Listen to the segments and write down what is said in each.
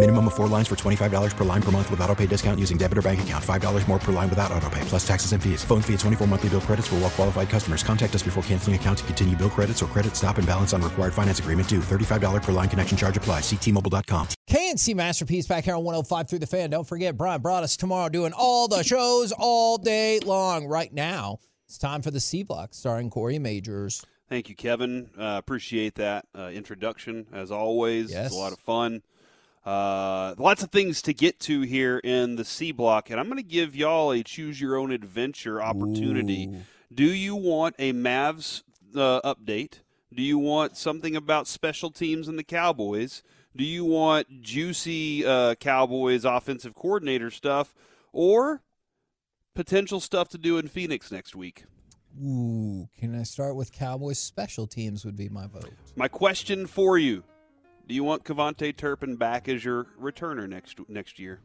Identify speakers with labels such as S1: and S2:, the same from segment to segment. S1: Minimum of four lines for $25 per line per month with auto pay discount using debit or bank account. $5 more per line without auto pay, plus taxes and fees. Phone fee at 24 monthly bill credits for all well qualified customers. Contact us before canceling account to continue bill credits or credit stop and balance on required finance agreement due. $35 per line connection charge applies. Ctmobile.com.
S2: KNC Masterpiece back here on 105 through the fan. Don't forget, Brian brought us tomorrow doing all the shows all day long. Right now, it's time for the C Block starring Corey Majors.
S3: Thank you, Kevin. Uh, appreciate that uh, introduction as always.
S2: Yes.
S3: It's a lot of fun. Uh, lots of things to get to here in the C block, and I'm going to give y'all a choose your own adventure opportunity. Do you want a Mavs uh, update? Do you want something about special teams and the Cowboys? Do you want juicy uh, Cowboys offensive coordinator stuff, or potential stuff to do in Phoenix next week?
S2: Ooh, can I start with Cowboys special teams would be my vote.
S3: My question for you: Do you want Cavante Turpin back as your returner next next year?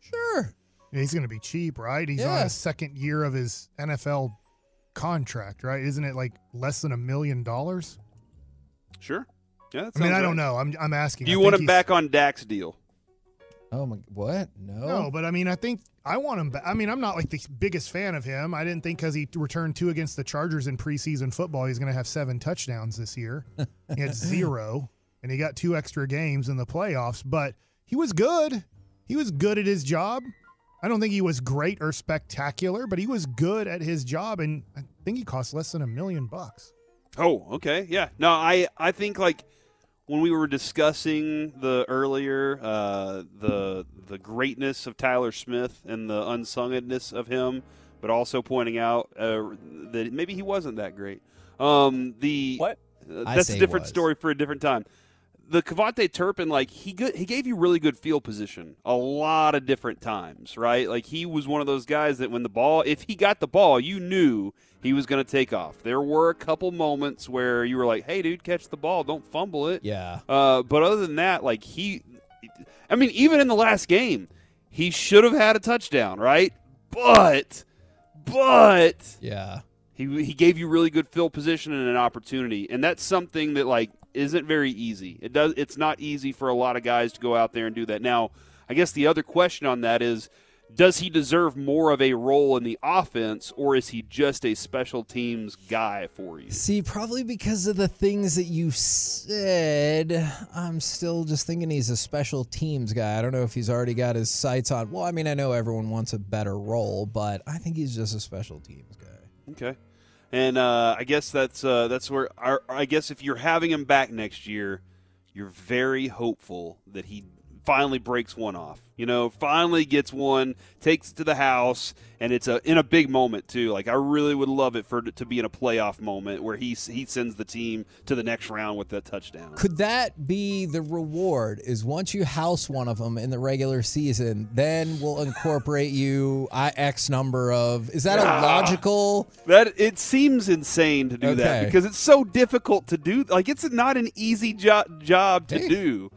S2: Sure.
S4: And He's going to be cheap, right? He's on
S2: Yeah.
S4: his second year of his NFL contract, right? Isn't it like less than a million dollars?
S3: Sure. Yeah. that
S4: I mean,
S3: sounds
S4: I don't
S3: right.
S4: know. I'm, I'm asking.
S3: Do you
S4: I
S3: want
S4: think
S3: him
S4: he's-
S3: back on Dak's deal?
S2: Oh my what? No.
S3: Oh.
S4: No, but I mean, I think I want him back. I mean, I'm not like the biggest fan of him. I didn't think because he returned two against the Chargers in preseason football, he's going to have seven touchdowns this year. he had zero, and he got two extra games in the playoffs, but he was good. He was good at his job. I don't think he was great or spectacular, but he was good at his job, and I think he cost less than a million bucks.
S3: Oh, okay. Yeah. No, I I think like when we were discussing the earlier uh, the the greatness of Tyler Smith and the unsungedness of him, but also pointing out uh, that maybe he wasn't that great. Um, the
S5: What?
S3: Uh,
S2: I
S3: that's
S2: say
S3: a different
S2: was.
S3: story for a different time. The Cavante Turpin, like he good, he gave you really good field position a lot of different times, right? Like he was one of those guys that when the ball, if he got the ball, you knew he was going to take off. There were a couple moments where you were like, "Hey, dude, catch the ball, don't fumble it."
S2: Yeah.
S3: Uh, but other than that, like he, I mean, even in the last game, he should have had a touchdown, right? But, but
S2: Yeah.
S3: he, he gave you really good field position and an opportunity, and that's something that like isn't very easy. It does it's not easy for a lot of guys to go out there and do that. Now, I guess the other question on that is, does he deserve more of a role in the offense, or is he just a special teams guy for you?
S2: See, probably because of the things that you said, I'm still just thinking he's a special teams guy. I don't know if he's already got his sights on. Well, I mean, I know everyone wants a better role, but I think he's just a special teams guy.
S3: Okay, and uh, I guess that's uh, that's where our, I guess if you're having him back next year, you're very hopeful that he finally breaks one off. You know, finally gets one, takes it to the house, and it's a in a big moment too. Like I really would love it for it to be in a playoff moment where he s- he sends the team to the next round with that touchdown.
S2: Could that be the reward? Is once you house one of them in the regular season, then we'll incorporate you I X number of. Is that a logical?
S3: That it seems insane to do that
S2: Okay.
S3: because it's so difficult to do. Like it's not an easy jo- job to
S2: Hey.
S3: do.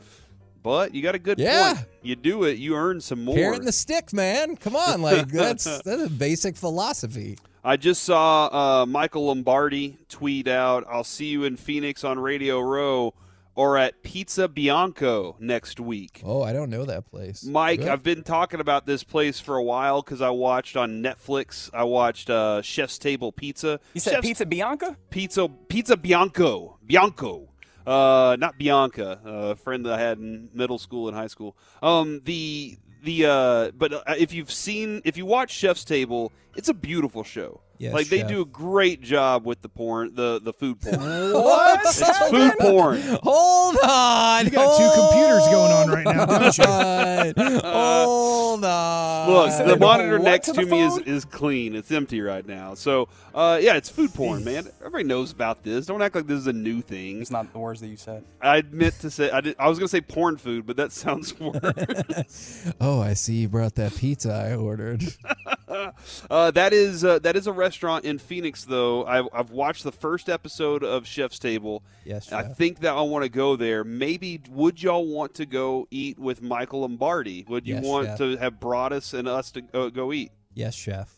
S3: But you got a good
S2: Yeah.
S3: point. You do it, you earn some more.
S2: Carrot and the stick, man. Come on, like that's that's a basic philosophy.
S3: I just saw uh, Michael Lombardi tweet out, "I'll see you in Phoenix on Radio Row or at Pizza Bianco next week."
S2: Oh, I don't know that place.
S3: Mike,
S2: Good.
S3: I've been talking about this place for a while because I watched on Netflix. I watched uh, Chef's Table Pizza.
S5: You said
S3: Chef's
S5: Pizza Bianca?
S3: Pizza Pizza Bianco Bianco. Uh, not Bianca, a friend that I had in middle school and high school. Um, the the uh, but uh, if you've seen if you watch Chef's Table, it's a beautiful show.
S2: Yes,
S3: like they
S2: Chef.
S3: do a great job with the porn, the the food porn.
S2: What?
S3: it's food porn.
S2: Hold on.
S4: You got two computers going on right now, don't you?
S2: Hold on.
S3: Look,
S2: Uh,
S3: the monitor
S5: what
S3: next
S5: to
S3: to,
S5: the
S3: me is,
S5: phone?
S3: is clean. It's empty right now. So, uh, yeah, it's food porn, man. Everybody knows about this. Don't act like this is a new thing.
S5: It's not the words that you said.
S3: I meant to say I, did, I was going to say porn food, but that sounds worse.
S2: Oh, I see you brought that pizza I ordered.
S3: uh, that is uh, that is a restaurant in Phoenix, though. I've, I've watched the first episode of Chef's Table.
S2: Yes,
S3: I
S2: Chef.
S3: think that I want to go there. Maybe would y'all want to go eat with Michael Lombardi? Would you
S2: Yes,
S3: want
S2: Chef.
S3: to have brought us and us to uh, go eat?
S2: yes, chef.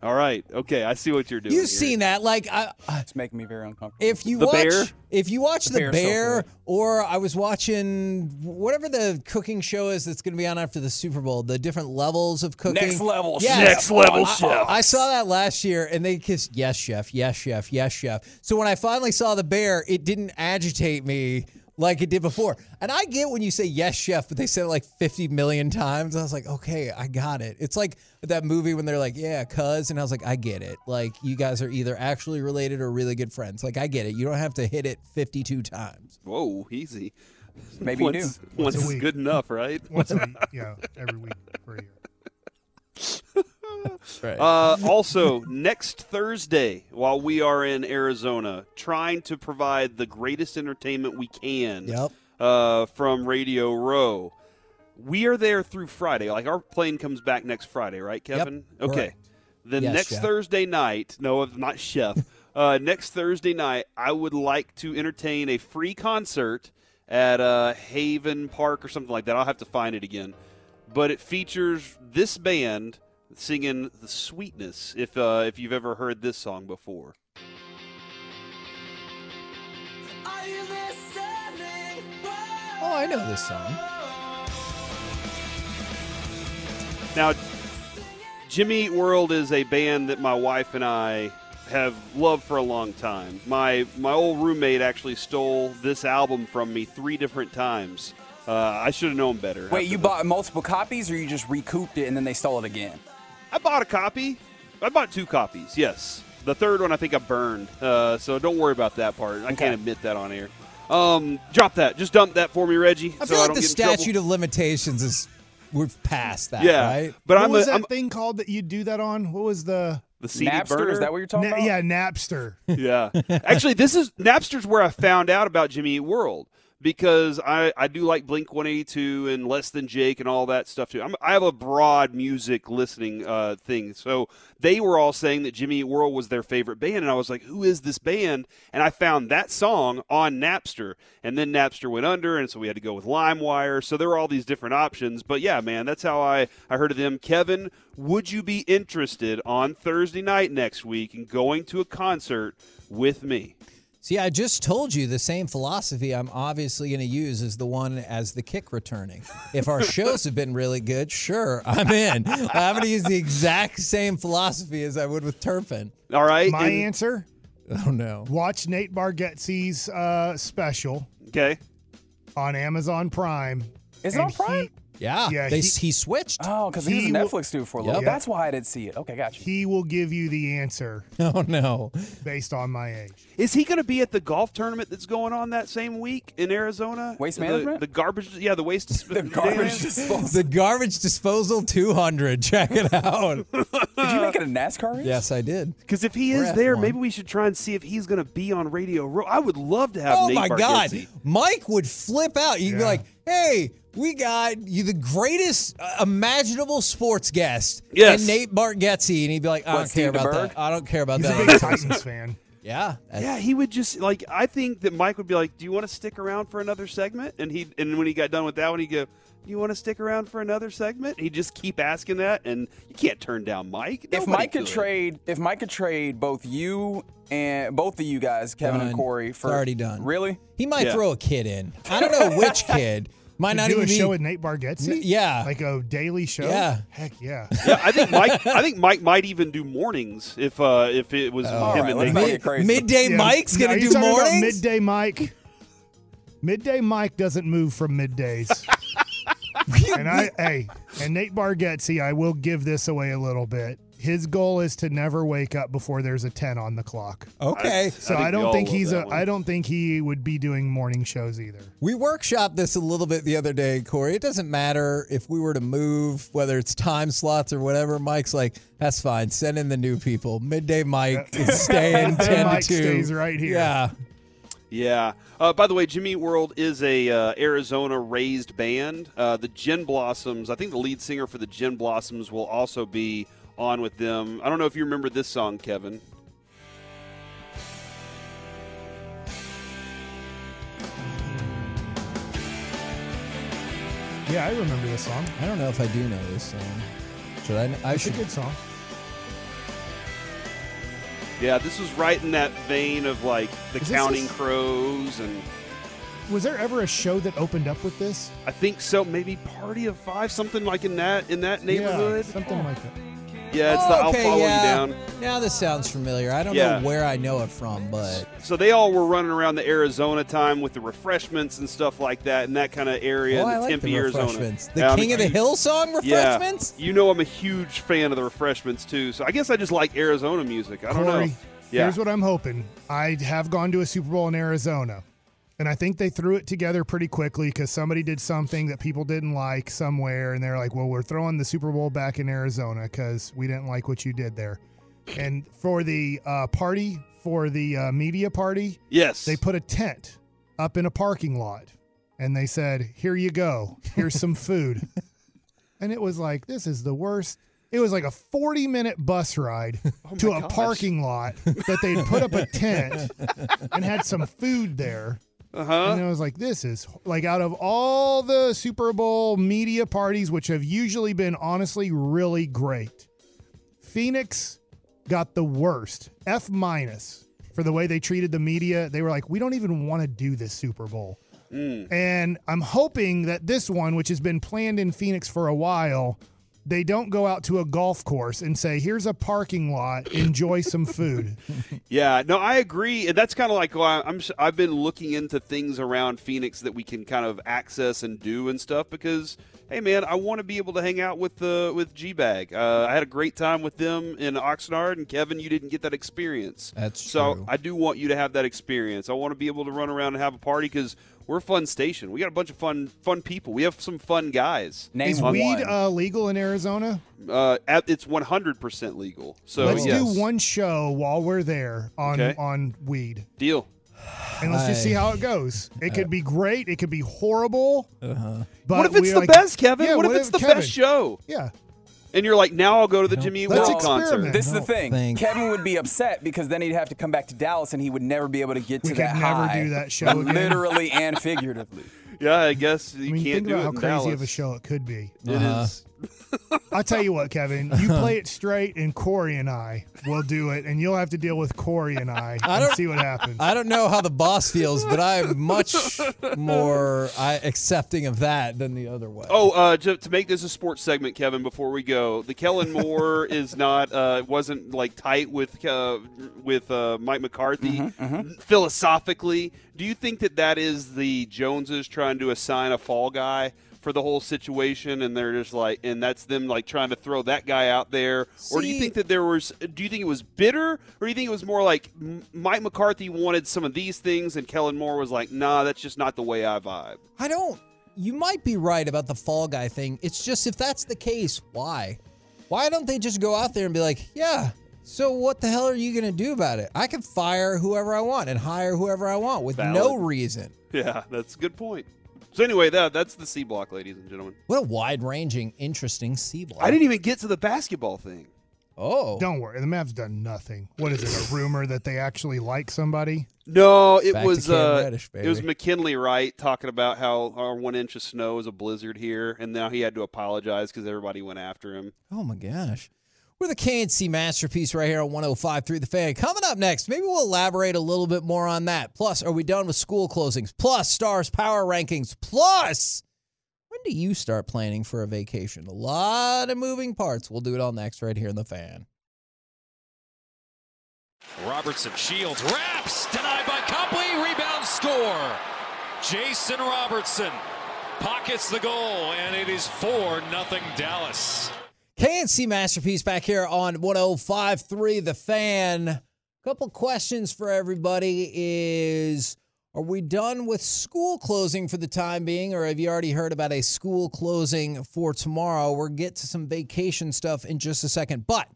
S3: All right. Okay. I see what you're doing.
S2: You've
S3: here.
S2: seen that, like I, I-
S5: It's making me very uncomfortable.
S2: if you
S3: The
S2: watch,
S3: Bear?
S2: if you watch
S5: The
S2: the,
S5: Bear's so
S2: bear,
S5: good.
S2: or I was watching whatever the cooking show is that's going to be on after the Super Bowl, the different levels of cooking.
S5: Next level
S2: Yes.
S5: chef. Next level
S2: I-
S5: chef.
S2: I saw that last year, and they kissed yes, chef, yes, chef, yes, chef. So when I finally saw the bear, it didn't agitate me like it did before. And I get when you say yes, chef, but they said it like 50 million times. I was like, okay, I got it. It's like that movie when they're like, yeah, cuz. And I was like, I get it. Like, you guys are either actually related or really good friends. Like, I get it. You don't have to hit it 52 times.
S3: Whoa, easy.
S5: Maybe you
S3: once, once
S4: a
S3: is
S4: week.
S3: good enough, right?
S4: Once a week, yeah, every week for a year.
S2: Oh,
S3: Uh, also, next Thursday, while we are in Arizona, trying to provide the greatest entertainment we can
S2: Yep.
S3: uh, from Radio Row, we are there through Friday. Like our plane comes back next Friday, right, Kevin? okay.
S2: correct.
S3: Then
S2: Yes,
S3: next
S2: Chef.
S3: Thursday night, no, not chef. uh, next Thursday night, I would like to entertain a free concert at uh, Haven Park or something like that. I'll have to find it again but it features this band singing "The Sweetness." If uh, if you've ever heard this song before,
S2: Oh, I know this song.
S3: now Jimmy Eat World is a band that my wife and I have loved for a long time. My my old roommate actually stole this album from me three different times. Uh, I should have known better. after
S5: Wait, you
S3: that.
S5: bought multiple copies, or you just recouped it and then they stole it again?
S3: I bought a copy. I bought two copies. Yes, the third one I think I burned. Uh, so don't worry about that part. I
S5: Okay.
S3: can't admit that on air. Um, drop that. Just dump that for me, Reggie.
S2: I
S3: so
S2: feel
S3: I
S2: like
S3: don't
S2: the
S3: get in trouble.
S2: statute of limitations is we've passed that,
S3: Yeah,
S2: right?
S3: but
S4: what
S3: I'm,
S4: was
S3: a,
S4: that
S3: I'm
S4: thing called that you'd do that on? What was the?
S3: the CD
S5: Napster?
S3: burner.
S5: Is that what you're talking
S4: Na-
S5: about?
S4: yeah, Napster.
S3: yeah. Actually, this is Napster's where I found out about Jimmy Eat World because I, I do like Blink 182 and Less Than Jake and all that stuff too. I'm, I have a broad music listening uh, thing. So they were all saying that Jimmy Eat World was their favorite band. And I was like, who is this band? And I found that song on Napster. And then Napster went under. And so we had to go with LimeWire. So there were all these different options. But yeah, man, that's how I, I heard of them. Kevin, would you be interested on Thursday night next week in going to a concert with me?
S2: See, I just told you the same philosophy I'm obviously going to use is the one as the kick returning. If our shows have been really good, sure, I'm in. I'm going to use the exact same philosophy as I would with Turpin.
S3: All right.
S4: My
S3: And-
S4: answer:
S2: Oh, no.
S4: watch Nate Bargatze's uh, special
S3: Okay.
S4: on Amazon Prime.
S5: Is it on
S4: And he-
S5: Prime?
S2: Yeah.
S4: Yeah,
S2: they,
S4: he-
S2: he, switched.
S5: Oh, because he, was a
S4: He will-
S5: Netflix dude for a little.
S4: Yep.
S5: That's why I didn't see it. Okay, gotcha.
S4: He will give you the answer
S2: Oh, no.
S4: based on my age.
S3: Is he going to be at the golf tournament that's going on that same week in Arizona?
S5: Waste
S3: The-
S5: management?
S3: The, garbage. Yeah, the waste.
S5: The garbage
S2: The
S5: disposal.
S2: Garbage Disposal 200. Check it out.
S5: Did you make it a NASCAR race?
S2: yes, I did.
S3: Because if he
S2: We're
S3: is
S2: at
S3: there,
S2: one.
S3: maybe we should try and see if he's going to be on Radio Row. I would love to have.
S2: Oh
S3: Nate
S2: my
S3: Bargatze.
S2: God, Mike would flip out. You'd be like, "Hey, we got you the greatest uh, imaginable sports guest."
S3: Yes.
S2: and Nate Bargatze, and he'd be like, "I
S5: What,
S2: don't
S5: Steve
S2: care about
S5: DeBerg?
S2: that. I don't care about
S4: He's a
S2: that."
S4: big Titans fan.
S2: yeah, that's-
S3: Yeah, he would just like. I think that Mike would be like, "Do you want to stick around for another segment?" And he, and when he got done with that one, he'd go, "Do you want to stick around for another segment?" He'd just keep asking that, and you can't turn down Mike.
S5: If
S3: Nobody
S5: Mike could trade, if Mike could trade both you and both of you guys, Kevin
S2: Done.
S5: and Corey,
S2: It's
S5: for
S2: already done.
S5: Really?
S2: he might
S3: Yeah.
S2: throw a kid in. I don't know which kid. Might
S4: You
S2: not
S4: do
S2: even
S4: a
S2: be.
S4: show with Nate Bargatze.
S2: N- yeah.
S4: like a daily show.
S2: Yeah.
S4: heck yeah.
S3: Yeah, I think Mike. I think Mike might even do mornings if uh if it was him
S5: right,
S3: and
S5: let's
S3: Nate.
S5: not
S2: Oh. Mid-
S5: get crazy.
S2: midday
S4: Yeah.
S2: Mike's
S4: Now,
S2: gonna
S4: are you
S2: do
S4: talking about
S2: mornings.
S4: midday Mike. Midday Mike doesn't move from middays. and I, hey, and Nate Bargatze, I will give this away a little bit. his goal is to never wake up before there's a 10 on the clock.
S2: Okay.
S4: So
S3: think
S4: I,
S3: we
S4: don't
S3: all
S4: think
S3: love
S4: he's
S3: that
S4: a.
S3: one.
S4: I don't think he would be doing morning shows either.
S2: We workshopped this a little bit the other day, Corey. It doesn't matter if we were to move, whether it's time slots or whatever. Mike's like, that's fine. Send in the new people. Midday Mike is staying 10
S4: Mike
S2: to 2.
S4: stays right here.
S2: Yeah.
S3: Yeah. Uh, by the way, Jimmy Eat World is a uh, Arizona raised band. Uh, the Gin Blossoms. I think the lead singer for the Gin Blossoms will also be on with them. I don't know if you remember this song, Kevin.
S4: Yeah, I remember this song.
S2: I don't know if I do know this song. Should I? I
S4: It's a
S2: should.
S4: good song.
S3: Yeah, this was right in that vein of like the
S4: Is this
S3: Counting
S4: his-
S3: Crows, and
S4: Was there ever a show that opened up with this?
S3: I think so. Maybe Party of Five, something like in that in that neighborhood.
S4: Yeah, something like that.
S3: Yeah, it's the I'll follow you down.
S2: Oh, Now this sounds familiar. I don't
S3: Yeah.
S2: know where I know it from, but
S3: So they all were running around the Arizona time with the refreshments and stuff like that in that kind of area,
S2: oh,
S3: in
S2: I
S3: the
S2: like
S3: Tempe,
S2: the
S3: Arizona.
S2: refreshments. The
S3: Yeah, I'm
S2: King
S3: a
S2: of the
S3: huge-
S2: Hill song refreshments.
S3: Yeah. You know I'm a huge fan of the refreshments too. So I guess I just like Arizona music. I don't
S4: Corey,
S3: know. Yeah.
S4: Here's what I'm hoping. I have gone to a Super Bowl in Arizona, and I think they threw it together pretty quickly because somebody did something that people didn't like somewhere, and they're like, "Well, we're throwing the Super Bowl back in Arizona because we didn't like what you did there." And for the uh, party, for the uh, media party,
S3: yes.
S4: they put a tent up in a parking lot, and they said, "Here you go. Here's some food." and it was like, "This is the worst." It was like a 40 minute bus ride
S3: Oh
S4: to a parking lot that they'd put up a tent and had some food there.
S3: uh-huh.
S4: And I was like, this is like out of all the Super Bowl media parties, which have usually been honestly really great, Phoenix got the worst F minus for the way they treated the media. They were like, we don't even want to do this Super Bowl.
S3: Mm.
S4: And I'm hoping that this one, which has been planned in Phoenix for a while, they don't go out to a golf course and say, here's a parking lot, enjoy some food.
S3: Yeah, no, I agree, and that's kind of like why I'm. s- I've been looking into things around Phoenix that we can kind of access and do and stuff because, hey, man, I want to be able to hang out with the with G Bag. Uh, I had a great time with them in Oxnard, and Kevin, you didn't get that experience.
S2: That's
S3: so.
S2: true.
S3: I do want you to have that experience. I want to be able to run around and have a party because we're a fun station. We got a bunch of fun fun people. We have some fun guys.
S5: Name
S4: Is
S5: one.
S4: weed uh, legal in Arizona?
S3: Uh, at- it's 100 percent legal. So
S4: let's
S3: yes.
S4: do one show while we're there on
S3: Okay.
S4: on weed,
S3: deal.
S4: and let's just
S2: I-
S4: see how it goes. It could be great. It could be horrible. Uh-huh. But
S3: What if it's
S4: we are
S3: the
S4: like-
S3: best, Kevin?
S4: Yeah,
S3: what, if it's the
S4: Kevin-
S3: best show?
S4: Yeah,
S3: and you're like, now I'll go to the Jimmy Eat
S4: Let's
S3: World concert.
S4: experiment.
S5: This is the
S2: don't
S5: thing.
S2: think-
S5: Kevin would be upset because then he'd have to come back to Dallas and he would never be able to get to
S4: we could
S5: that
S4: never
S5: high.
S4: do that show again.
S5: Literally and figuratively.
S3: Yeah, I guess you
S4: I mean,
S3: can't
S4: think
S3: do
S4: about
S3: it
S4: how
S3: in
S4: crazy
S3: Dallas.
S4: of a show Uh-huh. it could be.
S3: It is.
S4: I'll tell you what, Kevin. You play it straight, and Corey and I will do it, and you'll have to deal with Corey and I, and
S2: don't-
S4: see what happens.
S2: I don't know how the boss feels, but I'm much more I, accepting of that than the other way.
S3: Oh, uh, to, to make this a sports segment, Kevin. Before we go, the Kellen Moore is not uh, wasn't like tight with uh, with uh, Mike McCarthy philosophically. Do you think that that is the Joneses trying to assign a fall guy for the whole situation, and they're just like, and that's them like trying to throw that guy out there, or do you
S2: See-
S3: think that there was? Do you think it was bitter, or do you think it was more like M- Mike McCarthy wanted some of these things, and Kellen Moore was like, nah, that's just not the way I vibe.
S2: I don't. You might be right about the fall guy thing. It's just if that's the case, why? Why don't they just go out there and be like, yeah, so what the hell are you going to do about it? I can fire whoever I want and hire whoever I want with no
S3: Valid.
S2: reason.
S3: Yeah, that's a good point. So anyway, that that's the C block, ladies and gentlemen.
S2: What a wide ranging, interesting C block.
S3: I didn't even get to the basketball thing.
S2: Oh.
S4: Don't worry, the Mavs done nothing. What is it? A rumor that they actually like somebody?
S3: No, it
S2: Back to
S3: was
S2: Cam
S3: uh,
S2: Reddish,
S3: it was
S2: baby.
S3: McKinley Wright talking about how our one inch of snow is a blizzard here, and now he had to apologize because everybody went after him.
S2: Oh my gosh. We're the KNC masterpiece right here on 105.3 The Fan. Coming up next, maybe we'll elaborate a little bit more on that. Plus, are we done with school closings? Plus, stars power rankings. Plus, when do you start planning for a vacation? A lot of moving parts. We'll do it all next right here in The Fan.
S6: Robertson Shields wraps, denied by Copley, rebound score. Jason Robertson pockets the goal, and it is 4 0 Dallas.
S2: KNC Masterpiece back here on 105.3 The Fan. Couple questions for everybody is are we done with school closing for the time being or have you already heard about a school closing for tomorrow? We'll get to some vacation stuff in just a second. But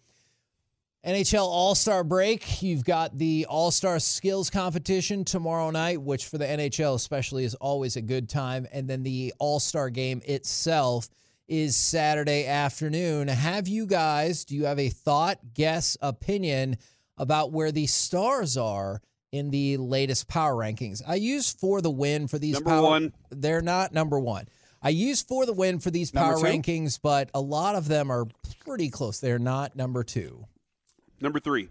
S2: NHL All Star break. You've got the All Star Skills Competition tomorrow night, which for the NHL especially is always a good time. And then the All Star game itself is Saturday afternoon. Have you guys, do you have a thought, guess, opinion about where the stars are in the latest power rankings? I use for the win for these
S3: Number
S2: power
S3: one.
S2: They're not number one. I use for the win for these
S5: Number
S2: power
S5: two?
S2: rankings, but a lot of them are pretty close. They're not number two.
S3: Number three.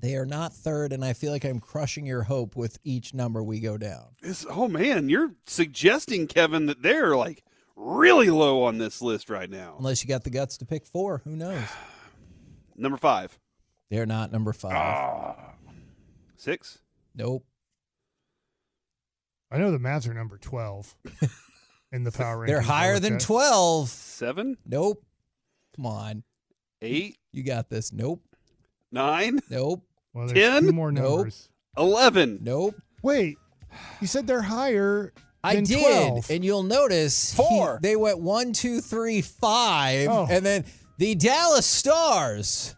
S2: They are not third, and I feel like I'm crushing your hope with each number we go down.
S3: This, oh man, you're suggesting Kevin that they're like really low on this list right now.
S2: Unless you got the guts to pick four, who knows?
S3: Number five,
S2: They're not number five.
S3: six.
S2: Nope.
S4: I know the Mavs are number 12 in the power rankings.
S2: They're
S4: I
S2: higher
S4: looked
S2: than
S4: at.
S2: 12.
S3: Seven,
S2: Nope. Come on.
S3: eight,
S2: You got this. Nope.
S3: nine,
S2: Nope.
S4: Well, there's
S3: 10?
S4: two more
S2: Nope.
S4: numbers.
S3: eleven.
S2: Nope.
S4: Wait, you said they're higher
S2: I
S4: than
S2: did.
S4: 12.
S2: And you'll notice he-
S5: Four.
S2: they went one, two, three, five.
S4: Oh.
S2: And then the Dallas Stars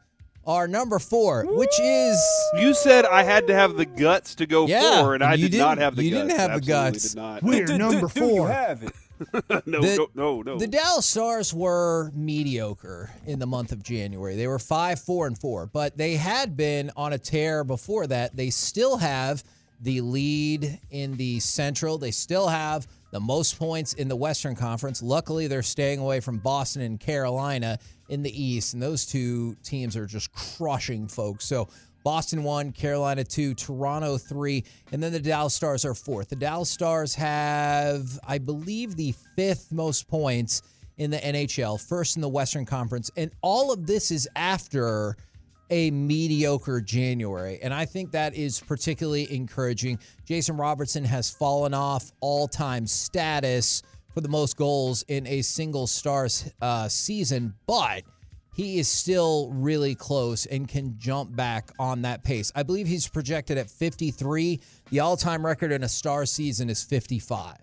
S2: are number four, which is.
S3: You said I had to have the guts to go
S2: Yeah,
S3: four, and I
S2: you
S3: did not
S2: didn't-
S3: have the
S2: you
S3: guts.
S2: didn't have the
S3: Absolutely
S2: guts.
S3: Did not.
S4: We're number
S5: do
S4: four.
S5: You have it.
S3: no,
S2: The-
S3: no, no, no.
S2: The Dallas Stars were mediocre in the month of January. They were 5 4 and 4, but they had been on a tear before that. They still have the lead in the Central. They still have the most points in the Western Conference. Luckily, they're staying away from Boston and Carolina in the East, and those two teams are just crushing folks. So Boston one, Carolina two, Toronto three, and then the Dallas Stars are fourth. The Dallas Stars have, I believe, the fifth most points in the NHL, first in the Western Conference, and all of this is after a mediocre January. And I think that is particularly encouraging. Jason Robertson has fallen off all time status for the most goals in a single Stars uh, season, but he is still really close and can jump back on that pace. I believe he's projected at 53. The all time record in a star season is 55.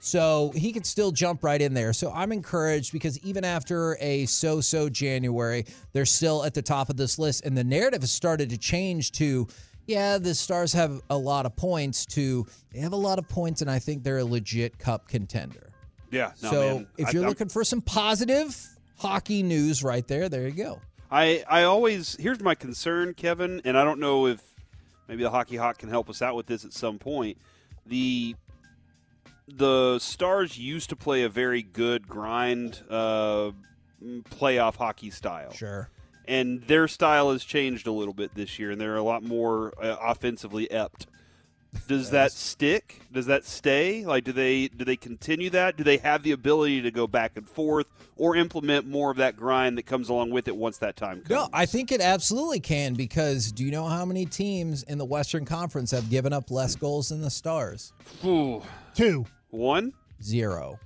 S2: So he could still jump right in there. So I'm encouraged because even after a so so January, they're still at the top of this list. And the narrative has started to change to, yeah, the Stars have a lot of points, to they have a lot of points, and I think they're a legit cup contender.
S3: yeah. No,
S2: so
S3: man.
S2: if
S3: I-
S2: you're
S3: I'm-
S2: looking for some positive hockey news right there, there you go.
S3: I, I always here's my concern, Kevin, and I don't know if maybe the hockey hawk can help us out with this at some point. The the Stars used to play a very good grind uh, playoff hockey style,
S2: Sure.
S3: and their style has changed a little bit this year, and they're a lot more uh, offensively ept. Does that stick? Does that stay? Like, do they do they continue that? Do they have the ability to go back and forth or implement more of that grind that comes along with it once that time comes?
S2: No, I think it absolutely can because do you know how many teams in the Western Conference have given up less goals than the Stars?
S3: Ooh.
S4: Two
S3: One,
S2: Zero.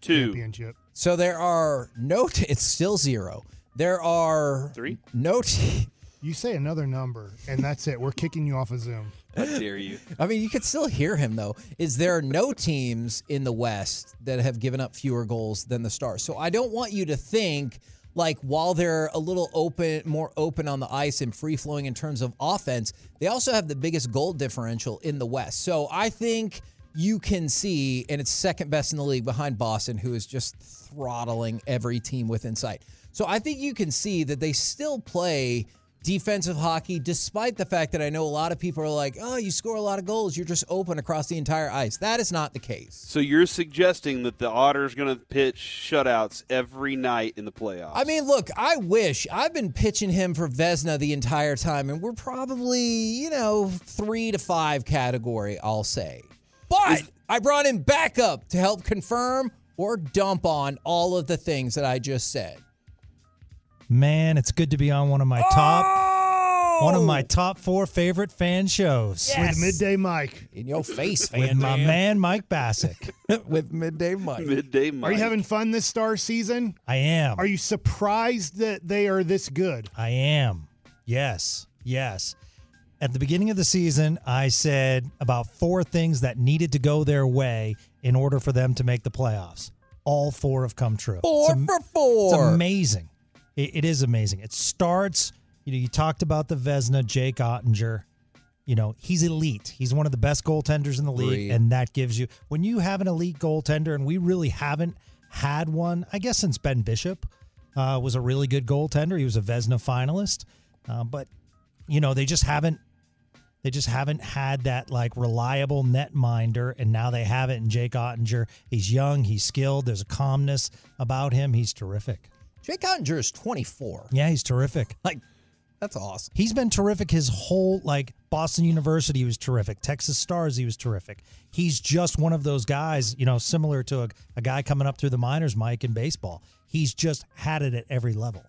S3: two,
S4: championship.
S2: So there are no. T- it's still zero. There are
S3: Three?
S2: No. T-
S4: You say another number, and that's it. We're kicking you off of Zoom.
S3: How dare you?
S2: I mean, you could still hear him though. Is there are no teams in the West that have given up fewer goals than the Stars? So I don't want you to think like while they're a little open, more open on the ice and free flowing in terms of offense, they also have the biggest goal differential in the West. So I think you can see, and it's second best in the league behind Boston, who is just throttling every team within sight. So I think you can see that they still play defensive hockey, despite the fact that I know a lot of people are like, oh, you score a lot of goals, you're just open across the entire ice. That is not the case.
S3: So you're suggesting that the Otters going to pitch shutouts every night in the playoffs?
S2: I mean, look, I wish I've been pitching him for Vesna the entire time, and we're probably, you know, three to five category, I'll say. But I brought him back up to help confirm or dump on all of the things that I just said.
S7: Man, it's good to be on one of my top
S4: One of
S2: Oh!
S4: my top four favorite fan shows
S8: With midday Mike.
S2: In your face,
S4: with
S2: fan.
S4: my man Mike Bassick.
S2: with midday Mike.
S3: Midday Mike.
S8: Are you having fun this star season?
S4: I am.
S8: Are you surprised that they are this good?
S4: I am. Yes. Yes. At the beginning of the season, I said about four things that needed to go their way in order for them to make the playoffs. All four have come true.
S2: Four
S4: It's am-
S2: for four.
S4: It's amazing. It, it is amazing. It starts, you know, you talked about the Vesna, Jake Ottinger. You know, he's elite. He's one of the best goaltenders in the league.
S2: Agreed.
S4: And that gives you, when you have an elite goaltender, and we really haven't had one, I guess, since Ben Bishop uh, was a really good goaltender. He was a Vesna finalist. Uh, but, you know, they just haven't. They just haven't had that like reliable netminder, and now they have it in Jake Ottinger. He's young, he's skilled. There's a calmness about him. He's terrific.
S2: Jake Ottinger is 24.
S4: Yeah, he's terrific.
S2: Like, that's awesome.
S4: He's been terrific his whole like Boston University he was terrific. Texas Stars he was terrific. He's just one of those guys, you know, similar to a, a guy coming up through the minors, Mike, in baseball. He's just had it at every level.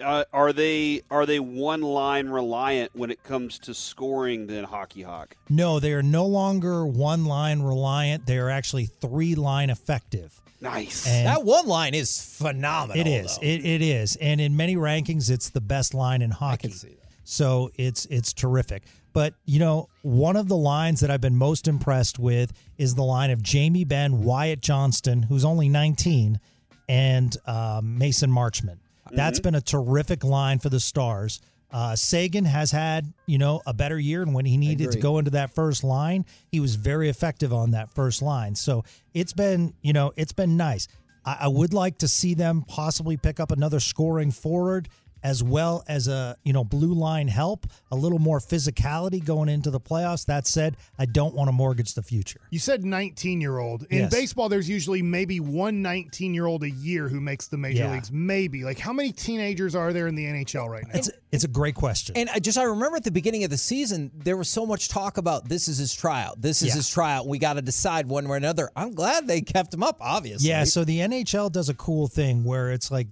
S3: uh, are they are they one line reliant when it comes to scoring than Hockey Hawk?
S4: No, they are no longer one line reliant. They are actually three line effective.
S3: Nice.
S4: And
S2: That one line is phenomenal.
S4: it is.
S2: though.
S4: It, it is. And in many rankings, it's the best line in hockey.
S2: see that.
S4: So it's it's terrific. But you know, one of the lines that I've been most impressed with is the line of Jamie Ben, Wyatt Johnston, who's only 19, and um, Mason Marchman. That's been a terrific line for the Stars. Uh, Sagan has had you know a better year, and when he needed to go into that first line, he was very effective on that first line. So it's been you know it's been nice. I, I would like to see them possibly pick up another scoring forward as well as a you know blue line help, a little more physicality going into the playoffs. That said, I don't want to mortgage the future.
S8: You said 19 year old. In
S4: Yes.
S8: baseball, there's usually maybe one 19 year old a year who makes the major
S4: Yeah.
S8: leagues. Maybe. Like, how many teenagers are there in the NHL right now?
S4: It's it's a great question.
S2: And I just I remember at the beginning of the season there was so much talk about this is his tryout. This is
S4: Yeah.
S2: his tryout. We got to decide one way or another. I'm glad they kept him up. Obviously,
S4: Yeah, so the NHL does a cool thing where it's like,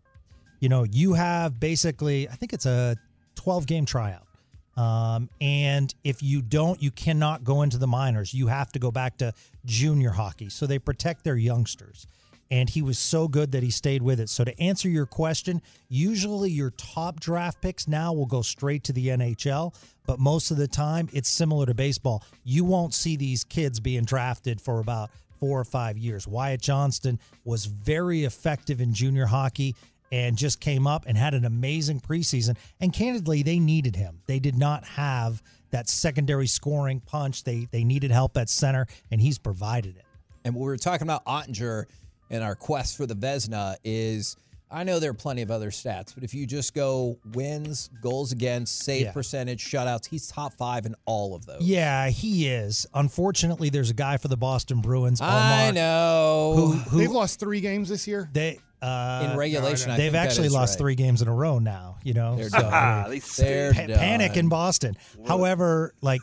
S4: you know, you have basically, I think it's a 12 game tryout. Um, and if you don't, you cannot go into the minors. You have to go back to junior hockey. So they protect their youngsters. And he was so good that he stayed with it. So to answer your question, usually your top draft picks now will go straight to the NHL, but most of the time it's similar to baseball. You won't see these kids being drafted for about four or five years. Wyatt Johnston was very effective in junior hockey and just came up and had an amazing preseason. And candidly, they needed him. They did not have that secondary scoring punch. They they needed help at center, and he's provided it.
S2: and we were talking about Ottinger and our quest for the Vesna is I know there are plenty of other stats, but if you just go wins, goals against, save
S4: Yeah.
S2: percentage, shutouts, he's top five in all of those.
S4: Yeah, he is. Unfortunately, there's a guy for the Boston Bruins, Omar,
S2: I know.
S4: who who
S8: They've lost three games this year.
S4: they uh,
S2: in regulation, I
S4: they've
S2: think that
S4: actually
S2: is
S4: lost
S2: right.
S4: three games in a row now. You know,
S2: They're
S4: so-
S2: done.
S3: Ah, they
S2: They're
S4: pa- panic in
S2: done.
S4: Boston. However, like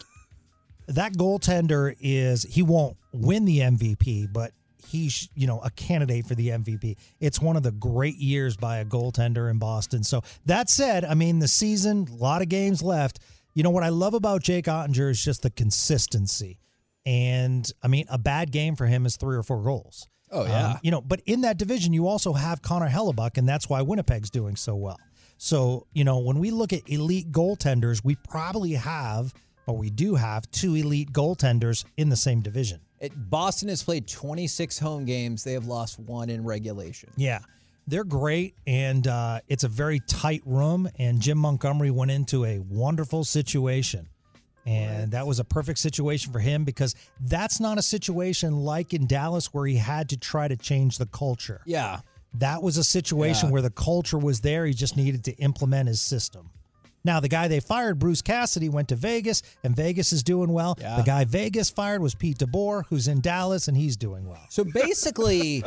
S4: that goaltender is he won't win the MVP, but he's you know a candidate for the MVP. It's one of the great years by a goaltender in Boston. So that said, I mean the season, a lot of games left. You know what I love about Jake Ottinger is just the consistency. And I mean, a bad game for him is three or four goals. Um,
S2: Oh, yeah.
S4: you know, but in that division, you also have Connor Hellebuck, and that's why Winnipeg's doing so well. So, you know, when we look at elite goaltenders, we probably have, or we do have, two elite goaltenders in the same division.
S2: It- Boston has played 26 home games. They have lost one in regulation.
S4: Yeah. They're great, and uh, it's a very tight room. And Jim Montgomery went into a wonderful situation. And that was a perfect situation for him because that's not a situation like in Dallas where he had to try to change the culture.
S2: Yeah.
S4: That was a situation where the culture was there. He just needed to implement his system. Now, the guy they fired, Bruce Cassidy, went to Vegas, and Vegas is doing well. The guy Vegas fired was Pete DeBoer, who's in Dallas, and he's doing well.
S2: So basically,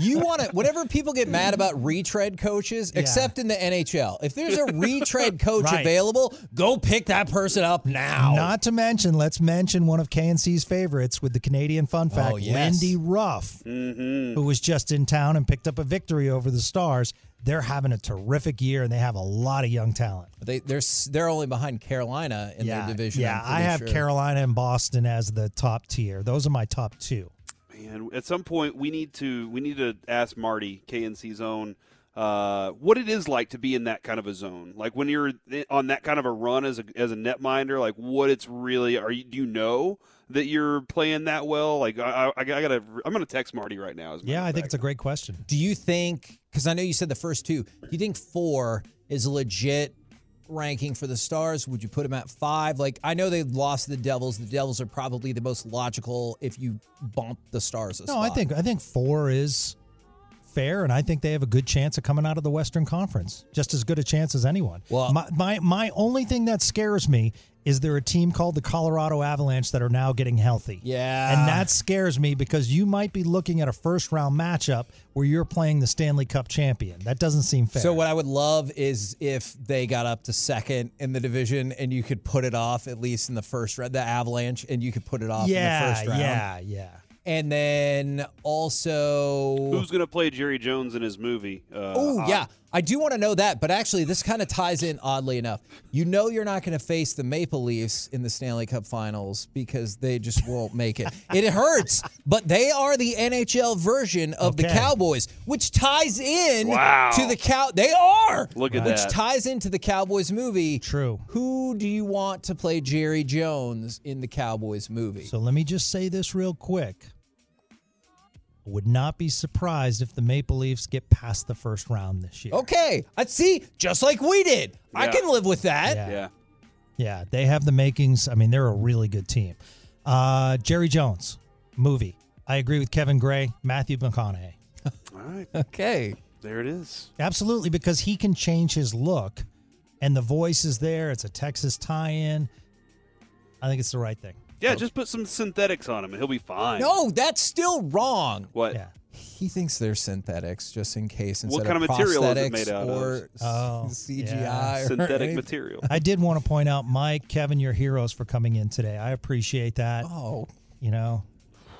S2: you want to, whenever people get mad about retread coaches, except in the NHL, if there's a retread coach
S4: Right.
S2: available, go pick that person up now.
S4: Not to mention, let's mention one of KNC's favorites with the Canadian fun fact,
S2: Oh, yes.
S4: Lindy Ruff, who was just in town and picked up a victory over the Stars.
S7: they're having a terrific year and they have a lot of young talent.
S2: They they're s- they're only behind Carolina in their division.
S7: Yeah,
S2: I'm
S7: I
S2: pretty
S7: have
S2: sure.
S7: Carolina and Boston as the top tier. Those are my top two.
S3: Man, at some point we need to we need to ask Marty KNC's own uh, what it is like to be in that kind of a zone. Like when you're on that kind of a run as a as a netminder, like what it's really are you do you know that you're playing that well? Like I I, I gotta I'm gonna text Marty right now. as a
S7: Yeah,
S3: matter
S7: I
S3: of
S7: think it's
S3: fact.
S7: a great question.
S2: Do you think? Because I know you said the first two. Do you think four is legit ranking for the Stars? Would you put them at five? Like I know they lost to the Devils. The Devils are probably the most logical if you bump the Stars. A
S7: No, I
S2: spot.
S7: think I think four is fair, and I think they have a good chance of coming out of the Western Conference, just as good a chance as anyone.
S2: Well-
S7: my my, my only thing that scares me is there a team called the Colorado Avalanche that are now getting healthy.
S2: Yeah.
S7: and that scares me because you might be looking at a first round matchup where you're playing the Stanley Cup champion. That doesn't seem fair.
S2: So what I would love is if they got up to second in the division and you could put it off at least in the first round, the Avalanche, and you could put it off in the
S7: yeah,
S2: first round.
S7: yeah, yeah.
S2: And then also
S3: Who's gonna play Jerry Jones in his movie? Uh,
S2: Oh, yeah. I do want to know that, but actually, this kind of ties in oddly enough. You know, you're not going to face the Maple Leafs in the Stanley Cup finals because they just won't make it. It hurts, but they are the NHL version of the
S7: Okay.
S2: Cowboys, which ties in
S3: Wow.
S2: to the Cow. They are!
S3: Look at
S2: Which
S3: that.
S2: ties into the Cowboys movie.
S7: True.
S2: Who do you want to play Jerry Jones in the Cowboys movie?
S7: So let me just say this real quick. Would not be surprised if the Maple Leafs get past the first round this year.
S2: okay. I see, just like we did. I
S3: Yeah.
S2: can live with that.
S7: Yeah.
S3: yeah.
S7: Yeah, they have the makings. I mean, they're a really good team. Uh, Jerry Jones, movie. I agree with Kevin Gray, Matthew McConaughey.
S3: All right,
S2: Okay.
S3: Uh, there it is.
S7: Absolutely, because he can change his look and the voice is there. It's a Texas tie in. I think it's the right thing.
S3: Yeah, just put some synthetics on him and he'll be fine.
S2: No, that's still wrong.
S3: What?
S7: Yeah.
S2: He thinks they're synthetics, just in case. Instead
S3: What kind
S2: of
S3: of material is it
S2: prosthetics
S3: made out of?
S2: or c-
S7: Oh,
S2: CGI
S7: yeah.
S2: or
S3: Synthetic
S2: anything.
S3: material.
S7: I did want to point out, Mike, Kevin, your heroes for coming in today. I appreciate that.
S2: Oh,
S7: You know,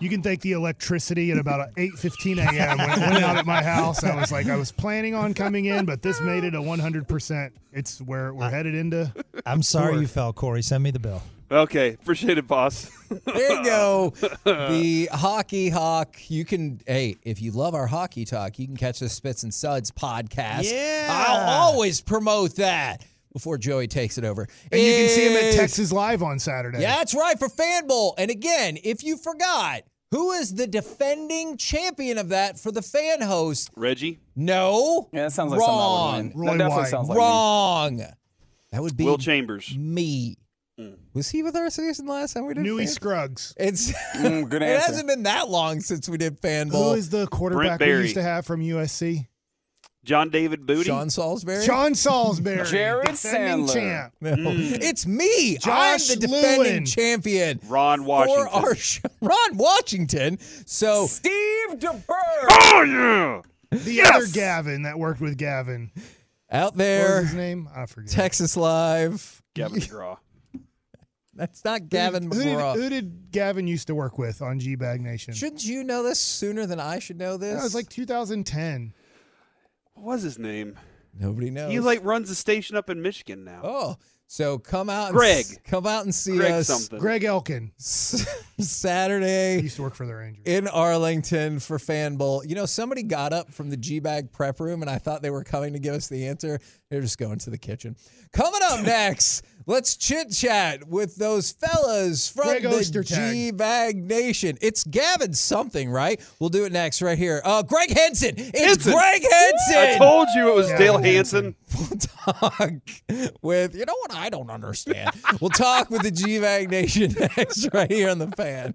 S4: You can thank the electricity at about 8:15 a.m. when it went out at my house. I was like, I was planning on coming in, but this made it a 100. percent It's where we're headed into.
S7: I'm sorry you fell, Corey. Send me the bill.
S3: Okay, appreciate it, boss.
S2: there you go. the hockey hawk. You can hey, if you love our hockey talk, you can catch the Spits and Suds podcast.
S7: Yeah.
S2: I'll always promote that before Joey takes it over.
S4: And you can see him at
S2: Is-
S4: Texas Live on Saturday.
S2: Yeah, that's right for Fan Bowl. And again, if you forgot, who is the defending champion of that for the fan host?
S3: Reggie.
S2: No.
S5: Yeah, that sounds like
S2: wrong.
S5: something I would win.
S4: Roy
S5: That definitely
S4: White.
S5: sounds like me.
S2: Wrong. That would be
S3: Will Hmm. Chambers.
S2: me. Was he with our season last time we did?
S4: Newey
S2: fan-
S4: Scruggs.
S2: It's
S5: Mm, good
S2: it
S5: answer.
S2: hasn't been that long since we did fan
S4: Who
S2: bowl.
S4: is the quarterback we
S3: Berry.
S4: used to have from USC?
S3: John David Booty.
S2: Sean Salisbury.
S4: John Salisbury.
S5: Jared
S4: defending
S5: Sandler.
S4: Champ.
S2: No,
S3: Hmm.
S2: it's me.
S4: Josh
S2: I'm the defending
S4: Lewin.
S2: champion.
S3: Ron Washington.
S2: For our sh- Ron Washington. So
S5: Steve DeBerg.
S3: Oh yeah.
S4: The other Gavin that worked with Gavin.
S2: out
S4: What was
S2: there,
S4: his name? I forget.
S2: Texas Live.
S3: Gavin McGraw.
S2: That's not
S4: Who did-
S2: Gavin
S4: Who did,
S2: McGraw.
S4: who did Gavin used to work with on G Bag Nation?
S2: Shouldn't you know this sooner than I should know this?
S4: That was like 2010.
S3: What was his name?
S2: nobody knows.
S3: He like runs a station up in Michigan now.
S2: oh, so come out, and
S3: Greg.
S2: s- come out and see
S3: Greg
S2: us.
S3: something.
S4: Greg Elkin
S2: Saturday
S4: used to work for the Rangers.
S2: in Arlington for Fan Bowl. You know, somebody got up from the G Bag prep room and I thought they were coming to give us the answer. They're just going to the kitchen. Coming up next, let's chit chat with those fellas from
S4: Greg
S2: the
S4: Ostertag.
S2: G Bag Nation. It's Gavin something, right? We'll do it next, right here. Uh, Greg Henson. It's
S3: Henson.
S2: Greg
S3: I
S2: Henson.
S3: told you it was Dale Hansen.
S2: We'll talk with, you know what? I don't understand. we'll talk with the G Bag Nation next, right here on the fan.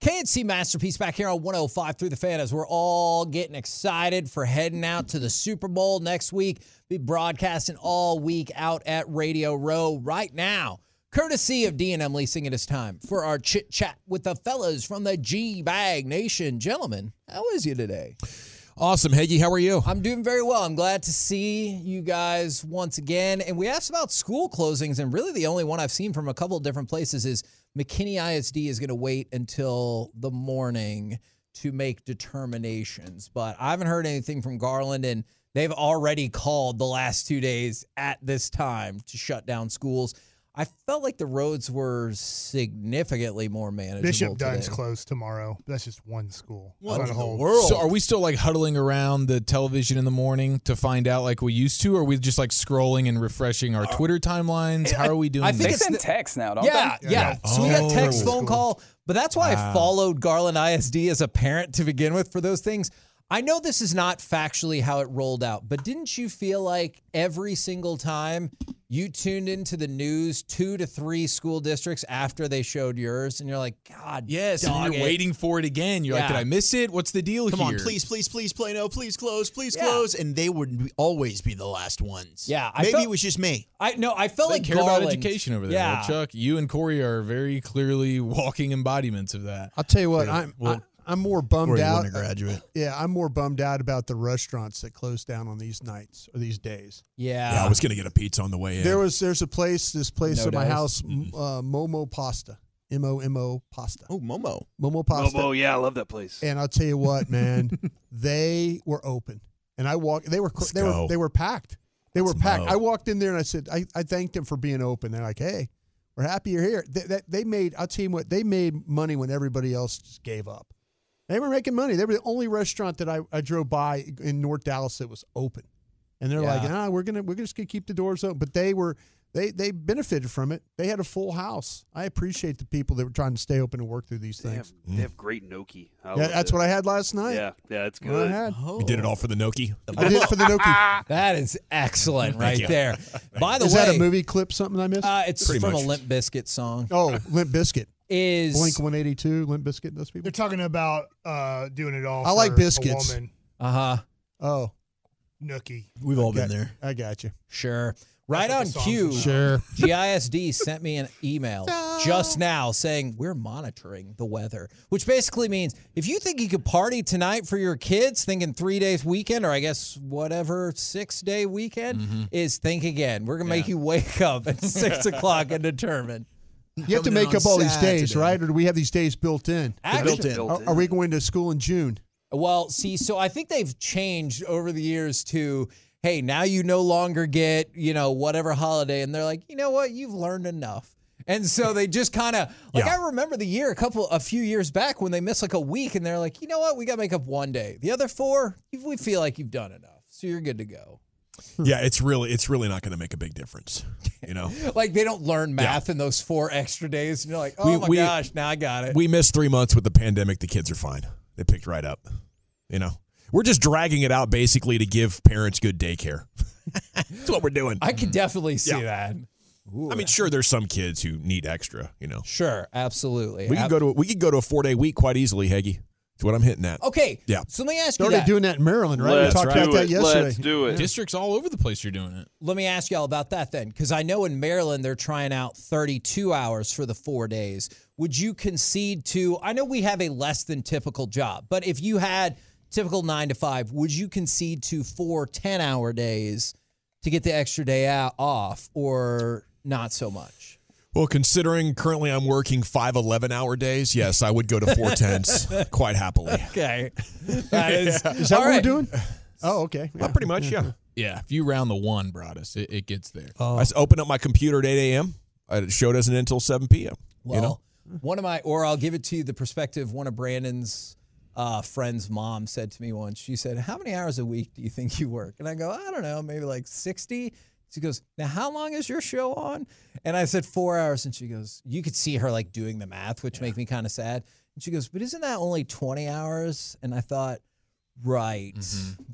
S2: KNC Masterpiece back here on 105 through the fan as we're all getting excited for heading out to the Super Bowl next week. Be broadcasting all week out at Radio Row right now. Courtesy of D&M Leasing, it is time for our chit chat with the fellas from the G Bag Nation. Gentlemen, how is you today?
S9: Awesome. Heggy, how are you?
S2: I'm doing very well. I'm glad to see you guys once again. And we asked about school closings, and really the only one I've seen from a couple of different places is McKinney ISD is going to wait until the morning to make determinations. But I haven't heard anything from Garland, and they've already called the last two days at this time to shut down schools. I felt like the roads were significantly more manageable.
S4: Bishop Dunn's
S2: today.
S4: closed tomorrow. That's just one school.
S2: What
S4: Not a
S2: in the
S4: whole-
S2: world?
S9: So are we still like huddling around the television in the morning to find out like we used to? Or are we just like scrolling and refreshing
S10: Uh,
S9: our Twitter timelines? How are we doing?
S2: I think
S5: They
S9: this?
S2: it's
S5: send
S2: the-
S5: texts now, don't
S2: yeah,
S5: they?
S2: yeah. So we got text,
S9: Oh.
S2: phone call, but that's why I
S9: Wow.
S2: followed Garland ISD as a parent to begin with for those things. I know this is not factually how it rolled out, but didn't you feel like every single time you tuned into the news, two to three school districts after they showed yours, and you're like, God,
S9: yes, and
S2: dog
S9: then you're
S2: it.
S9: waiting for it again. You're
S2: Yeah.
S9: like, did I miss it? What's the deal
S10: Come
S9: here?
S10: on, please, please, please play no, please close, please
S2: Yeah.
S10: close, and they would be- always be the last ones.
S2: Yeah, I
S10: maybe
S2: felt-
S10: it was just me.
S2: I no, I felt
S9: They
S2: like
S9: care
S2: Garland.
S9: about education over there.
S2: Yeah,
S9: Well, Chuck, you and Corey are very clearly walking embodiments of that.
S11: I'll tell you what,
S9: Yeah.
S11: I'm
S9: Well,
S11: I, I'm more bummed
S10: Corey
S11: out. uh,
S10: Warner graduate.
S11: yeah, I'm more bummed out about the restaurants that close down on these nights or these days.
S2: yeah.
S9: Yeah,
S12: I was gonna get a pizza on the way in.
S11: There was there's a place this place
S12: No
S11: at my
S12: does.
S11: house, m- uh, Momo Pasta, M O M O Pasta.
S10: Oh, Momo,
S11: Momo Pasta.
S3: Momo, Oh, yeah, I love that place.
S11: And I'll tell you what, man, they were open, and I walked. They were cl- they
S3: go.
S11: were they were packed. They were packed.
S12: mo.
S11: I walked in there and I said, I, I thanked them for being open. They're like, hey, we're happy you're here. They, that, they made. I'll tell you what, they made money when everybody else just gave up. They were making money. They were the only restaurant that I, I drove by in North Dallas that was open, and they're like,
S2: Yeah.
S11: ah, we're gonna we're just gonna keep the doors open. But they were they they benefited from it. They had a full house. I appreciate the people that were trying to stay open and work through these
S3: They
S11: things.
S3: have, they have great gnocchi. I
S11: Yeah,
S3: love
S11: that's
S3: it.
S11: what I had last night.
S3: Yeah, yeah, it's
S11: What I
S3: good.
S11: had.
S12: We did it all for the Noki.
S11: I did it for the Noki.
S2: "Ah, That is excellent
S12: Thank
S2: right
S12: you.
S2: there. By the
S11: Is
S2: way,
S11: that a movie clip? Something I missed?
S2: Uh, it's
S11: Pretty
S2: from
S11: much.
S2: a Limp Biscuit song.
S11: oh, Limp Biscuit.
S2: Is
S11: Blink One Eighty Two, Limp Biscuit. Those people.
S4: They're talking about uh, doing it all.
S11: I like
S4: for
S11: biscuits.
S4: A woman,
S2: Uh huh.
S11: Oh,
S4: nookie.
S10: we've all
S11: got-
S10: been there.
S11: I got you.
S2: Sure. Right
S4: what
S2: on
S4: the song's
S2: cue.
S4: about.
S11: Sure.
S2: GISD sent me an email just now saying we're monitoring the weather, which basically means if you think you could party tonight for your kids, thinking three days weekend or I guess whatever six day weekend
S4: Mm-hmm.
S2: is, think again. We're gonna make you wake up at six o'clock and determine.
S11: You have to
S10: Coming
S11: make
S10: in
S11: up
S10: on
S11: all these days,
S10: Saturday.
S11: right? Or do we have these days built in?
S2: Actually-
S10: Built in.
S11: Are, are we going to school in June?
S2: Well, see, so I think they've changed over the years to, hey, now you no longer get, you know, whatever holiday. And they're like, you know what? You've learned enough. And so they just kind of like I remember the year a couple a few years back when they missed like a week and they're like, you know what, we got to make up one day. The other four, you- we feel like you've done enough, so you're good to go.
S12: yeah, it's really it's really not gonna make a big difference. You know?
S2: Like they don't learn math in those four extra days, and you're like, oh
S12: We-
S2: my
S12: we-
S2: gosh, now I got it.
S12: we missed three months with the pandemic. The kids are fine. They picked right up. You know? We're just dragging it out basically to give parents good daycare. That's what we're doing.
S2: I could definitely see that.
S12: I mean, sure, there's some kids who need extra, you know.
S2: Sure, absolutely.
S12: We could go to we could go to a four day week quite easily, Heggy. That's what I'm hitting
S9: Oh.
S12: at.
S2: Okay,
S12: Yeah.
S2: So let me ask
S11: They're
S2: you
S11: already
S2: that.
S11: doing that in Maryland, right?
S3: Let's
S11: we talked
S3: do
S11: about that
S3: it.
S11: yesterday.
S3: Let's do it.
S9: Districts all over the place are doing it.
S2: Let me ask y'all about that then, because I know in Maryland they're trying out 32 hours for the four days. Would you concede to? I know we have a less than typical job, but if you had typical nine to five, would you concede to four 10 hour days to get the extra day out, off, or not so much?
S12: Well, considering currently I'm working five 11 hour days, yes, I would go to four tens quite happily.
S2: Okay. That is,
S11: Is that
S2: All
S11: what we're
S2: right.
S11: doing? Oh, okay. Yeah.
S12: Pretty much, yeah.
S9: Yeah, if you round the one, Broadus, it, it gets there.
S12: I s- open up my computer at 8 a.m. Uh, The show doesn't end until 7 p.m.
S2: Well,
S12: you know?
S2: One of my, or I'll give it to you the perspective one of Brandon's uh, friend's mom said to me once. She said, How many hours a week do you think you work? And I go, I don't know, maybe like 60. She goes, Now, how long is your show on? And I said, Four hours. And she goes, You could see her like doing the math, which make me kind of sad. And she goes, But isn't that only 20 hours? And I thought, Right.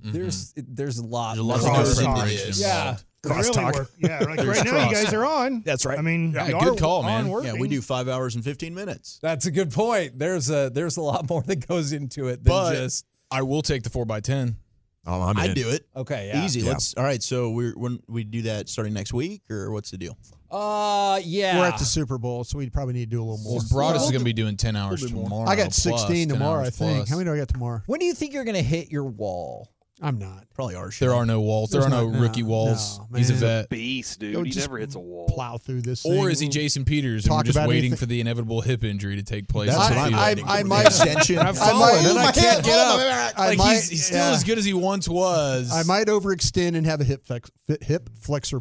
S2: There's there's a lot.
S4: There's a lot
S2: more
S4: of
S2: to
S4: crosstalk.
S2: it. Yeah.
S4: Really work. Yeah, like right now you guys are on.
S2: That's right.
S4: I mean,
S2: Yeah,
S4: you
S2: good
S4: are
S2: call,
S4: on
S2: man.
S4: Working.
S13: Yeah, we do five hours and 15 minutes.
S2: That's a good point. There's a there's a lot more that goes into it than
S5: But
S2: just
S5: I will take the four by ten.
S14: Oh,
S5: I'm
S13: I'd
S5: in.
S13: do it.
S2: Okay, yeah.
S13: Easy.
S2: Yeah.
S13: Let's. All right. So we're when we do that starting next week, or what's the deal?
S2: Uh, yeah.
S12: We're at the Super Bowl, so we probably need to do a little more.
S5: Well, Broadus is going to be doing ten hours tomorrow.
S12: I got
S5: plus
S12: 16
S5: 10
S12: tomorrow,
S5: hours
S12: I think.
S5: plus.
S12: How many do I got tomorrow?
S2: When do you think you're going to hit your wall?
S12: I'm not.
S13: Probably our show.
S5: There are no walls. There
S12: There's
S5: are no,
S12: not- no,
S5: rookie walls.
S12: no,
S5: He's a
S12: man.
S5: vet.
S3: Beast, dude.
S12: Yo,
S3: he
S12: just
S3: never hits a wall.
S12: Plow through this.
S5: Or
S12: thing.
S5: is he Jason Peters and we're
S12: Talk
S5: just
S12: about
S5: waiting
S12: anything-
S5: for the inevitable hip injury to take place?
S12: That's
S5: on
S12: what
S5: the
S12: I-
S5: field?
S12: I- I might- Extension. I
S5: I'm
S12: might-
S5: falling and I
S12: my
S5: can't
S12: hip,
S5: get
S12: oh,
S5: up.
S12: my back. I
S5: Like
S12: might-
S5: he's, he's still
S12: yeah.
S5: as good as he once was.
S12: I might overextend and have a hip flex, fit- hip flexor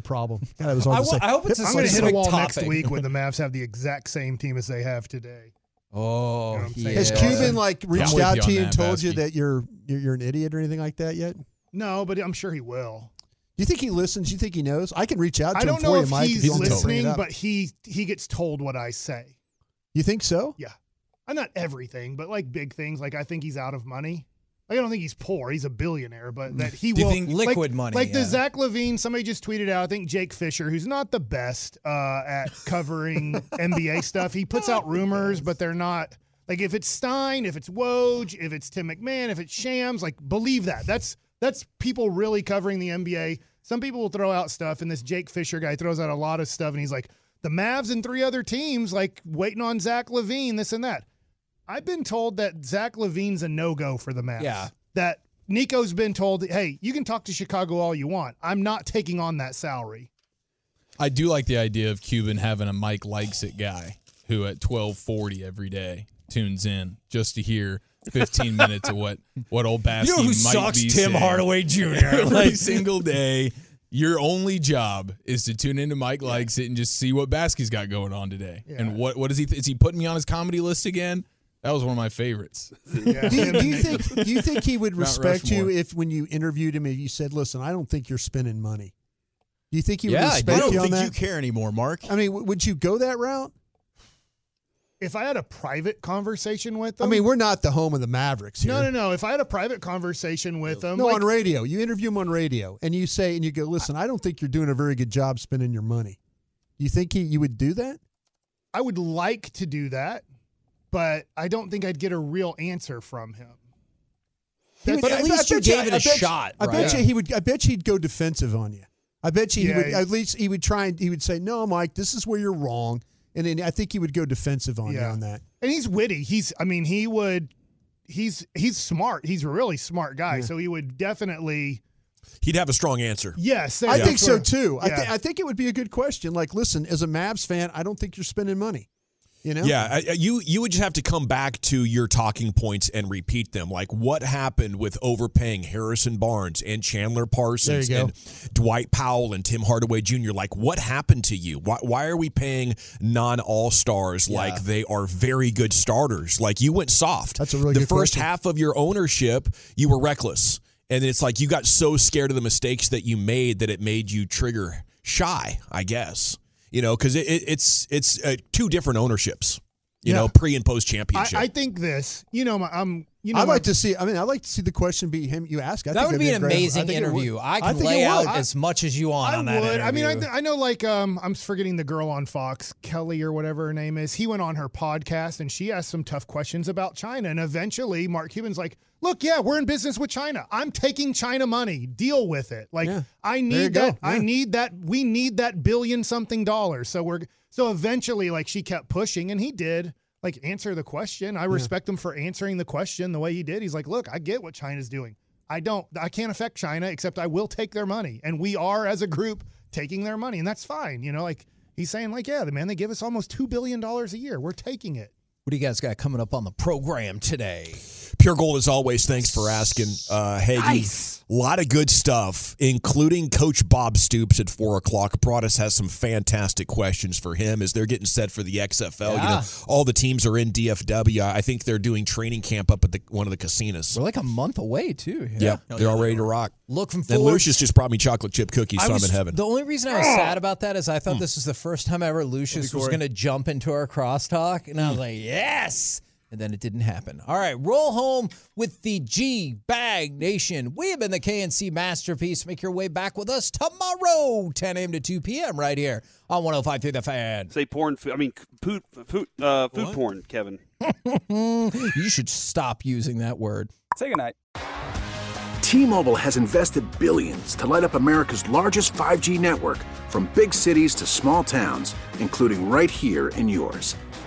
S12: problem. God, that was hard
S5: I
S12: to
S5: wa-
S12: say.
S5: I hope it's
S12: Hip
S5: a
S4: I'm going to hit a
S5: specific
S4: wall next
S5: topic.
S4: week when the Mavs have the exact same team as they have today.
S2: Oh,
S4: You know what I'm
S2: he
S4: saying?
S12: Has
S4: Yeah.
S12: Cuban like
S4: I'm
S12: reached
S4: with
S12: out
S4: you
S12: to
S4: on
S12: you and
S4: that,
S12: told you
S4: Baskey.
S12: that you're, you're you're an idiot or anything like that yet? Do
S4: No, but I'm sure he will.
S12: you think he listens? Do you think he knows? I can reach out to
S4: I
S12: him
S4: don't
S12: for
S4: know
S12: you,
S4: if
S12: Mike.
S4: he's
S12: you want me to bring it
S4: listening,
S12: up.
S4: but he he gets told what I say.
S12: you think so?
S4: Yeah, I'm not everything, but like big things. Like I think he's out of money. Like I don't think he's poor. He's a billionaire, but that he
S2: Do you
S4: will
S2: think
S4: like-
S2: liquid money,
S4: Like the
S2: yeah.
S4: Zach Levine. Somebody just tweeted out. I think Jake Fisher, who's not the best uh, at covering NBA stuff, he puts out rumors, but they're not. Like if it's Stein, if it's Woj, if it's Tim McMahon, if it's Shams, like believe that. That's that's people really covering the NBA. Some people will throw out stuff, and this Jake Fisher guy throws out a lot of stuff, and he's like, the Mavs and three other teams, like waiting on Zach Levine, this and that. I've been told that Zach Levine's a no go for the Mavs.
S2: Yeah.
S4: That Nico's been told, hey, you can talk to Chicago all you want. I'm not taking on that salary.
S5: I do like the idea of Cuban having a Mike likes it guy who at twelve forty every day tunes in just to hear fifteen minutes of what what old Baskey
S2: You know who
S5: might
S2: sucks?
S5: be
S2: Tim
S5: saying.
S2: Hardaway Jr..
S5: Every
S2: Like-
S5: single day, your only job is to tune into Mike likes it and just see what Baskey's got going on today. And what what is he is he putting me on his comedy list again? That was one of my favorites.
S12: do, you, do you think do you think he would
S5: Mount
S12: respect you
S5: Rushmore.
S12: if when you interviewed him if you said, "Listen, I don't think you're spending money." Do you think he
S13: Yeah, I
S12: would
S13: do.
S12: respect
S13: I don't
S12: you on
S13: think
S12: that?
S13: you care anymore, Mark.
S12: I mean, w- would you go that route?
S4: If I had a private conversation with
S12: I
S4: him,
S12: mean, we're not the home of the Mavericks here.
S4: no, no, no. If I had a private conversation with him,
S12: No,
S4: like,
S12: on radio. You interview him on radio, and you say, and you go, "Listen, I don't think you're doing a very good job spending your money." You think he, you would do that?
S4: I would like to do that, but I don't think I'd get a real answer from him.
S12: He would-
S4: But at
S12: I- I
S4: least you
S12: bet
S4: gave it
S12: I
S4: a
S12: bet
S4: shot,
S12: I bet
S4: right?
S12: you he would. I bet you he'd go defensive on you. I bet you he
S4: Yeah,
S12: would.
S4: he-
S12: At least he would try and he would say, "No, Mike, this is where you're wrong," and then I think he would go defensive on you
S4: Yeah.
S12: on that.
S4: And he's witty. He's I mean, he would he's he's smart. He's a really smart guy. So he would definitely
S14: He'd have a strong answer.
S4: Yes,
S12: I
S4: yeah.
S12: think so
S4: Yeah.
S12: too. I, th-
S4: Yeah.
S12: I think it would be a good question. Like, listen, as a Mavs fan, I don't think you're spending money. You know?
S14: Yeah, I- I- you you would just have to come back to your talking points and repeat them. Like what happened with overpaying Harrison Barnes and Chandler Parsons
S12: There you go.
S14: and Dwight Powell and Tim Hardaway Jr. Like what happened to you? Why why are we paying non All Stars like they are very good starters? Like you went soft. That's a
S12: really
S14: the
S12: good
S14: first
S12: question.
S14: half of your ownership you were reckless, and it's like you got so scared of the mistakes that you made that it made you trigger shy. I guess. You know, because it, it, it's it's uh, two different ownerships you know, pre and post
S4: I,
S14: championship.
S4: I think this. You know, my, I'm. You know,
S12: I'd
S4: my-
S12: like to see. I mean, I'd like to see the question be him. You ask. I
S2: that
S12: think
S2: would
S12: that'd
S2: be
S12: a
S2: an
S12: great- I
S2: amazing
S12: think it would.
S2: interview. I
S12: I
S2: can
S12: think it
S2: lay out
S12: would.
S2: as much as you want
S4: I
S2: on
S4: would.
S2: that
S4: I mean, I,
S2: interview.
S4: th- I know, like, um, I'm just forgetting the girl on Fox, Kelly or whatever her name is. He went on her podcast and she asked some tough questions about China. And eventually, Mark Cuban's like, "Look, yeah, we're in business with China. I'm taking China money. Deal with it. Like, I
S12: There you
S4: need
S12: go.
S4: that. I
S12: Yeah.
S4: need that. We need that billion something dollars. So we're so eventually, like, she kept pushing, and he did." Like answer the question. I respect him for answering the question the way he did. He's like, look, I get what China's doing. I don't, I can't affect China, except I will take their money. And we are, as a group, taking their money. And that's fine. You know, like he's saying, like, yeah, the man, they give us almost $2 billion a year. We're taking it.
S2: what do you guys got coming up on the program today?
S12: Pure Gold, as always, thanks for asking, uh, Hagee. A lot of good stuff, including Coach Bob Stoops at 4 o'clock. Broadus has some fantastic questions for him as they're getting set for the XFL. You know,
S2: Yeah.
S12: all the teams are in DFW. I think they're doing training camp up at the, one of the casinos.
S2: We're like a month away too.
S12: Yeah, they're all ready to rock.
S2: Looking
S12: And
S2: forward-
S12: Lucius just brought me chocolate chip cookies,
S2: I
S12: so I'm
S2: was-
S12: in heaven.
S2: The only reason I was sad about that is I thought this was the first time ever Lucius was
S12: Corey.
S2: going to jump into our crosstalk, and I was like, yes. And then it didn't happen. All right, roll home with the G Bag Nation. We have been the KNC masterpiece. Make your way back with us tomorrow, 10 a.m. to 2 p.m. right here on 105 through the fan.
S3: Say porn. Food, I mean, c- food, food, uh, food porn, Kevin.
S2: you should stop using that word.
S15: Say goodnight.
S16: T-Mobile has invested billions to light up America's largest 5G network from big cities to small towns, including right here in yours.